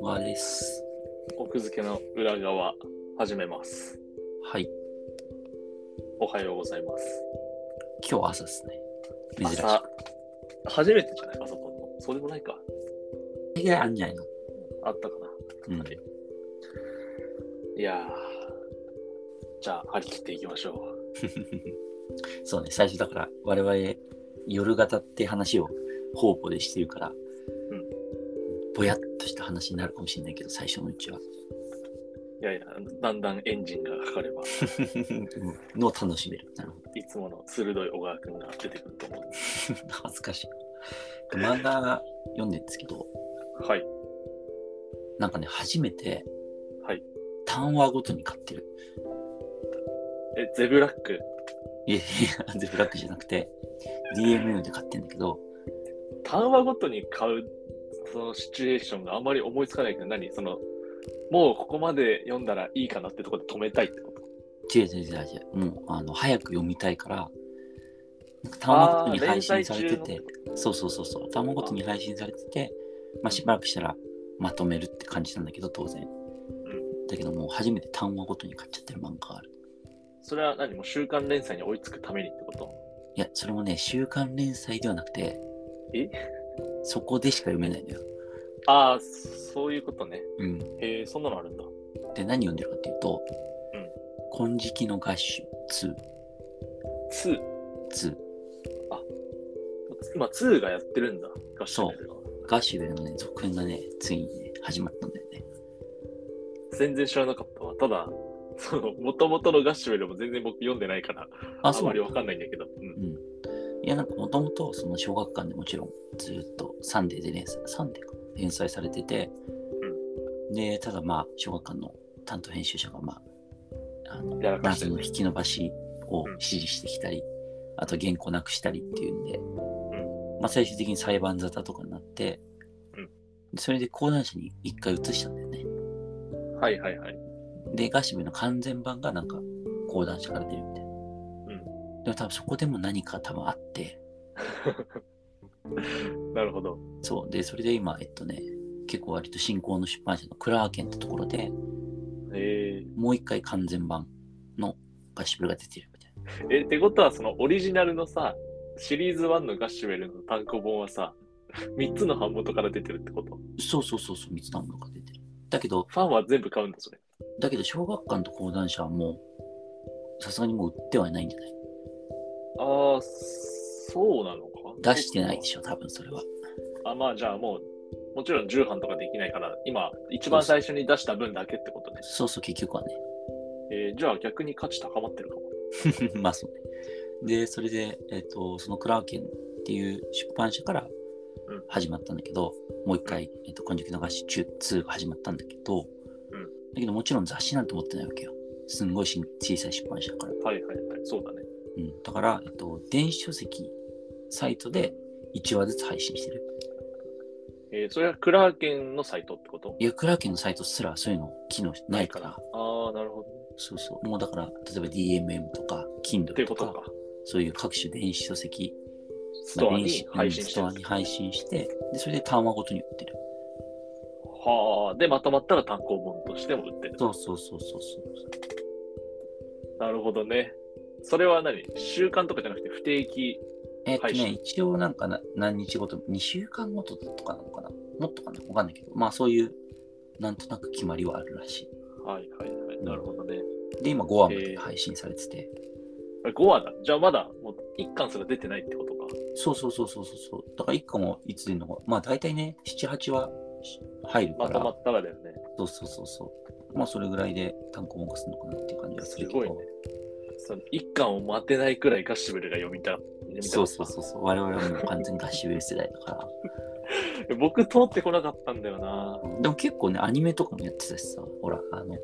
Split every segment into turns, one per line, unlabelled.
まあです。
奥付けの裏側始めます
はい。
おはようございます
今日朝ですね。珍し
朝初めてじゃない朝とのそうでもないか
い。いや、あんじゃないの。
あったか
うん
はいないやーじゃあ張り切っていきましょう
そうね、最初だから我々夜型って話を方々でしてるから、
うん
ぼやっとした話になるかもしれないけど、最初のうち は。
いやいやだんだんエンジンがかかれば
うんのを楽しめる。なるほど。
いつもの鋭い小川君が出てくると思うんです
恥ずかしい。漫画読んでるんですけど、
はい
なんかね、初めて、
はい
単話ごとに買ってる。
えゼブラック
いやいや、 ゼブラックじゃなくて、DMM で買ってるんだけど、
単話ごとに買うそのシチュエーションがあんまり思いつかないけど何そのもうここまで読んだらいいかなってとこで止めたいってこと
違う違う違う違う。もう、あの、早く読みたいから、なんか単話ごとに配信されて
あー連
て、そうそうそうそう、単話ごとに配信されてて、まあ、しばらくしたらまとめるって感じなんだけど、当然。だけどもう初めて単話ごとに買っちゃってる漫画がある。
それは何もう週刊連載に追いつくためにってこと
いや、それもね、週刊連載ではなくて、
え
そこでしか読めないんだよ。
ああ、そそういうことね。
うん。
へえ、そんなのあるんだ。
で、何読んでるかっていうと、
う
金
ん
色の合衆2、
2。
2。
今、2がやってるんだ。合唱で
合衆のね、続編がね、ついにね、始まったんだよね。
全然知らなかったわ。ただ、 その、もともとのガッシュベルも全然僕読んでないから、あ
あ、そ
ま
う
り。わかんないんだけど。うん
うん。いや、なんかもともと、その小学館でもちろん、ずーっとサンデーで連載、サンデーか、連載されてて、で、ただまあ、小学館の担当編集者が、まあ、あの、
やらかして
謎
る
の引き伸ばしを指示してきたり、あと原稿なくしたりっていうんで、まあ、最終的に裁判沙汰とかになって、
うん
でそれで講談社に一回移したんだよね。
はいはいはい。
で、ガシムの完全版がなんか講談社から出るみたいな。でも多分そこでも何か多分あって、
なるほど。
そう。で、それで今、えっとね、結構割と新興の出版社のクラーケンってところで、
へえ。
もう一回完全版のガシブルが出てるみたいな。
え、ってことは、そのオリジナルのさ、シリーズ1のガッシュベルの単行本はさ、3つの版元から出てるってこと
そうそうそうそう、三つのが出てる。だけど、
ファンは全部買うんだ、それ。
だけど小学館と講談社はもう、さすがにもう売ってはいないんじゃない
ああ、そうなのか
出してないでしょ、多分それは。
あまあじゃあもうもちろん重版とかできないから今一番最初に出した分だけってことね、
そうそう、結局はね。
えーじゃあ逆に価値高まってるかも
まあそうね。で、それで、えっ、と、そのクラーケンっていう出版社から
うん
始まったんだけど、もう一回、えっ、と、今時の合詞中2が始まったんだけど、
うん
だけどもちろん雑誌なんて持ってないわけよ。すんごいし小さい出版社だから。
はいはいはいそうだね
うん、だから、えっ、と、電子書籍サイトで1話ずつ配信してる。
えーそれはクラーケンのサイトってこと
いや、クラーケンのサイトすらそういうの機能ないから、
ああなるほどっ
そうそう。もうだから、例えば DMM とか、Kindle
ていう
と
こと
か、
か
そういう各種電子書籍
ス
まあ
トア
電
に
子
配信し
うんス
て
トア
る
に配信して、でそれで単話ごとに売ってる。
はあでまとまったら単行本としても売ってる
そうそうそうそうそう。
なるほどねそれは何週間とかじゃなくて不定期
えっと
配
ね、
信
一応なんかな何日ごと、2週間ごととかなのかなもっとかなわかんないけど、まあそういう、なんとなく決まりはあるらし
はいはいはいなるほどね
い。で、今5話ま
へ
で
ー
配信されてて。
5話だじゃあまだもう1巻すら出てないってことか
そうそうそうそうそうそう。だから1個もいつ出るのか、まあ大体ね、7、8話入るか
まと
ら、
まったらだよね
そうそうそうそう。まあそれぐらいで単行本化するのかなっていう感じがするけど。
すごいねその一巻を待てないくらいガッシュベルが読みた読みたかった
そうそうそうそう。我々はもう完全にガシベル世代だから。
僕通ってこなかったんだよな
でも結構ね、アニメとかもやってたしさ、ほら、あの、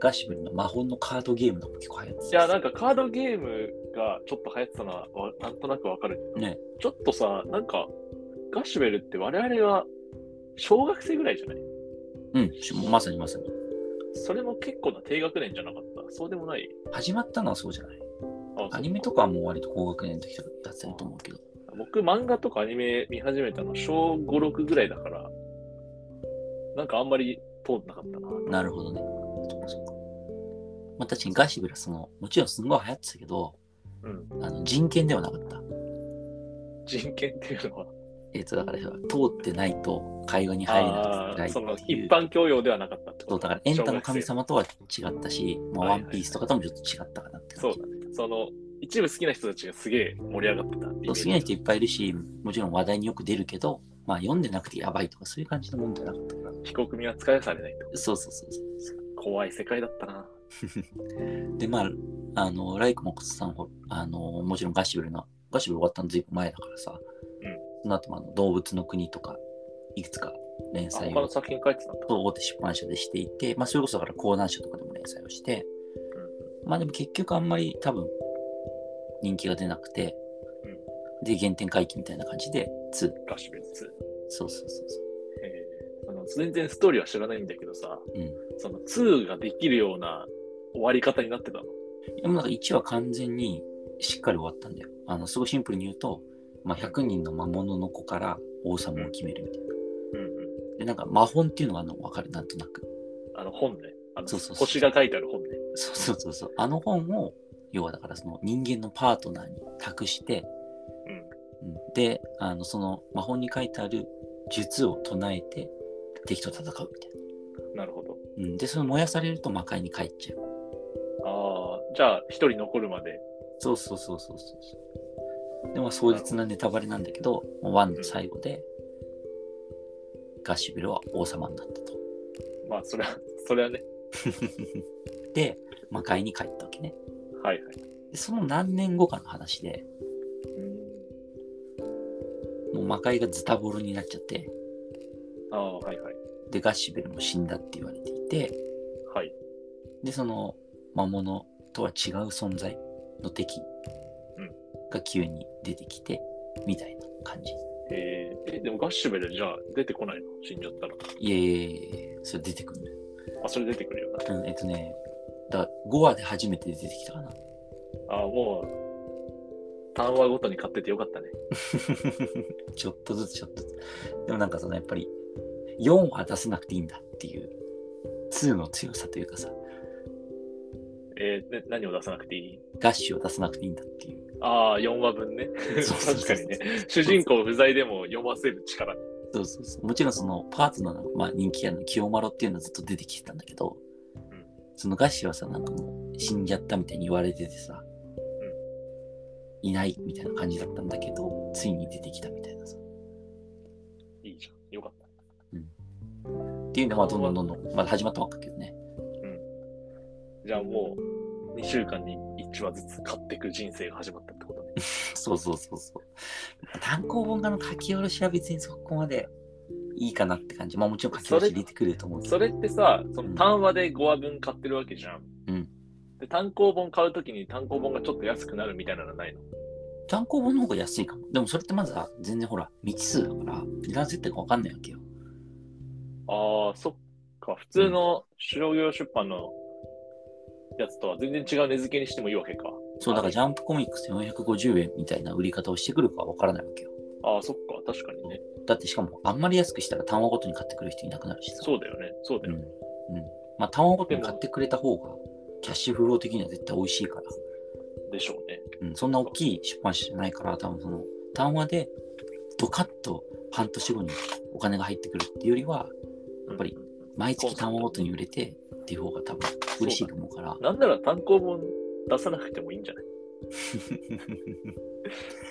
ガシブルの魔法のカードゲームとかも結構流行って
いや
た
なん
し
かカードゲームがちょっと流行ってたのはわなんとなくわかるけど
ね、
ちょっとさなんかガッシュベルって我々が小学生ぐらいじゃない
うんし、まさにまさに。
それも結構な低学年じゃなかったそうでもない
始まったのはそうじゃない。
あ
アニメとかはもう割と高学年の時とかやってたと思うけど。
そう僕、漫画とかアニメ見始めたの小5、6ぐらいだから、なんかあんまり通んなかったな。
なるほどね。そうかそうかまあ、確かにガシブラその、もちろんすんごい流行ってたけど、
うん。
あの人権ではなかった。
人権っていうのは、
えっ、と、だから、通ってないと会話に入れなく
ああ
て
ー、その
ってい
一
う。
般教養ではなかったって
そ
こ
う
と
だからエンタの
小学
神
生
様とは違ったし、まあ、
は
ワ
いはい
ンピースとかともちょっと違ったかなって感じ。
その、一部好きな人たちがすげえ盛り上がってたってイメ
そ
ー
う好
ジ
きな人いっぱいいるし、もちろん話題によく出るけど、まあ、読んでなくてやばいとかそういう感じのもんじゃなかったから。
被告人は使いされないと。
そうそうそうそう。
怖い世界だったな。
で、まあ、あの、ライクもさんほ、あの、もちろんガシブルの、ガシブル終わったのずいぶん前だからさ、
うん
その後もあの動物の国とか、いくつか連
あ
載
他
を
の作品書いてたんだ。
大手出版社でしていて、まあ、それこそだから講談社とかでも連載をして、まあでも結局あんまり多分人気が出なくて、で原点回帰みたいな感じで2
ガシベツ。
そうそうそうそ
えー、あの全然ストーリーは知らないんだけどさ、
う、うん、い
その2ができるような終わり方になってたの。
やもうなんか1は完全にしっかり終わったんだよあのすごいシンプルに言うと、まあ、100人の魔物の子から王様を決めるみたいな、
うんうん。
でなんか魔本っていうのがあるの分かるなんとなく
あの本ね。あの
そうそうそう
星が書いてある本ね。
そうそうそうそうあの本を要はだからその人間のパートナーに託して
うん。
うんであのその魔法に書いてある術を唱えて敵と戦うみたい
なるほど。
な、うん、でその燃やされると魔界に帰っちゃう
ああ、じゃあ一人残るまで。
そうそうそうそうそうそうでまあ壮絶なネタバレなんだけどもうワンの最後でガッシュビルは王様になったと
まあそれは、それはね。
で魔界に帰ったわけね
はいはい。
でその何年後かの話で
うん
もう魔界がズタボロになっちゃって
ああ、はいはい。
でガッシュビルも死んだって言われていて
はい。
でその魔物とは違う存在の敵
うん
が急に出てきてみたいな感じ、
えー、えでもガッシュベルじゃあ出てこないの死んじゃったら。
いやいやいやいやそれ出てくるんだよ、
あ、それ出てくるよな。
うん、えっとねだ5話で初めて出てきたかな
ああ、もう、単話ごとに買っててよかったね。
ちょっとずつちょっとずつでもなんかそのやっぱり4は出せなくていいんだっていう2の強さというかさ
えー、で何を出さなくていい
ガッシュを出さなくていいんだって いう
ああ、4話分ね。
そう
確かにね
そうそう。
主人公不在でも読ませる力。う
そうそうそうもちろんそのパートナーの、まあ、人気やの清丸っていうのはずっと出てきてたんだけど、
ん
そのガッシュはさなんかもう死んじゃったみたいに言われててさ、いないみたいな感じだったんだけどついに出てきたみたいなさ
いいじゃん。よかった。
っていうのはどんどんどんどんまだ始まったばっかけどね
じゃあもう、2週間に1話ずつ買っていく人生が始まったってことね。
そうそうそうそう単行本化の書き下ろしは別にそこまでいいかなって感じまあもちろん書き下ろし出てくると思うけど
それってさ、その単話で5話分買ってるわけじゃん。
うん
で、単行本買うときに単行本がちょっと安くなるみたいなのはないの
単行本の方が安いかもでもそれってまずは全然ほら未知数だから値段設定が分かんないわけよ
ああ、そっか。普通の商業出版のやつとは全然違う値付けにしてもいいわけか。
そう、だからジャンプコミックス450円みたいな売り方をしてくるかわからないわけよ。
ああ、そっか。確かにね。
だってしかも、あんまり安くしたら単話ごとに買ってくる人いなくなるしさ。
そうだよね。そうだ
うん。
よ
う
ね。
ん。まあ、単話ごとに買ってくれた方が、キャッシュフロー的には絶対美味しいから。
でしょうね。
うん。そんな大きい出版社じゃないから、多分その、単話でドカッと半年後にお金が入ってくるっていうよりは、やっぱり毎月単話ごとに売れてっていう方が多分嬉しいと思うから。
なんなら単行本出さなくてもいいんじゃない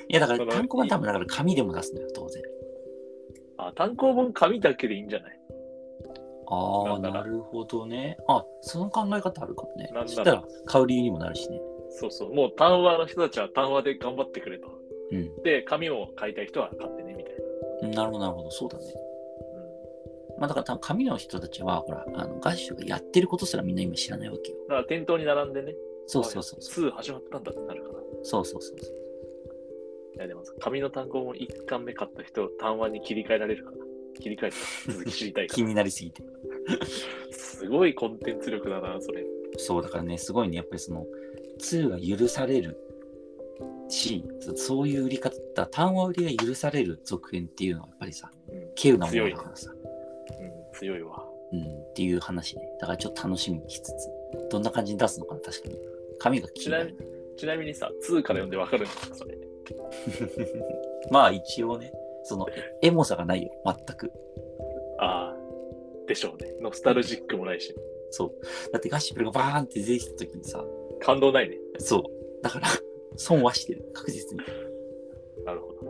いや、だから
その
単行本は多分だから紙でも出すのよ、当然。
あ単行本紙だけでいいんじゃない
ああ、
なんな
な
ら
るほどね。あ、その考え方あるかもね
なんな。ら
そしたら買う理由にもなるしね。
そうそう。もう単話の人たちは単話で頑張ってくれと。で、紙を買いたい人は買ってね、みたいな。
うん。なるほど、なるほど。そうだね。まあだから多分紙の人たちは、ほら、あのガッシュがやってることすらみんな今知らないわけよ。
だから店頭に並んでね、
そうそうそうそう。
2始まったんだってなるから。い
そうそうそうそう。
や、でもさ紙の単行本1巻目買った人、単話に切り替えられるから。切り替えて、続き知りたいか
気
ら。
になりすぎて。
すごいコンテンツ力だな、それ。
そうだからね、すごいね、やっぱりその、2が許されるシーンそそういう売り方単話売りが許される続編っていうのはやっぱりさ
うん
稀有なものだからさ、
うん、強いわ。
うん、っていう話ねだからちょっと楽しみにしつつどんな感じに出すのかな確かに紙が気
ち
にな
な
る
ちなみにさ、2から読んでわかるんですか、それ。
まあ一応ねそのえエモさがないよ全く
ああ、でしょうね。ノスタルジックもないし、
そうだってガシプルがバーンって出てきた時にさ
感動ないね。
そうだから損はしてる確実に
なるほど。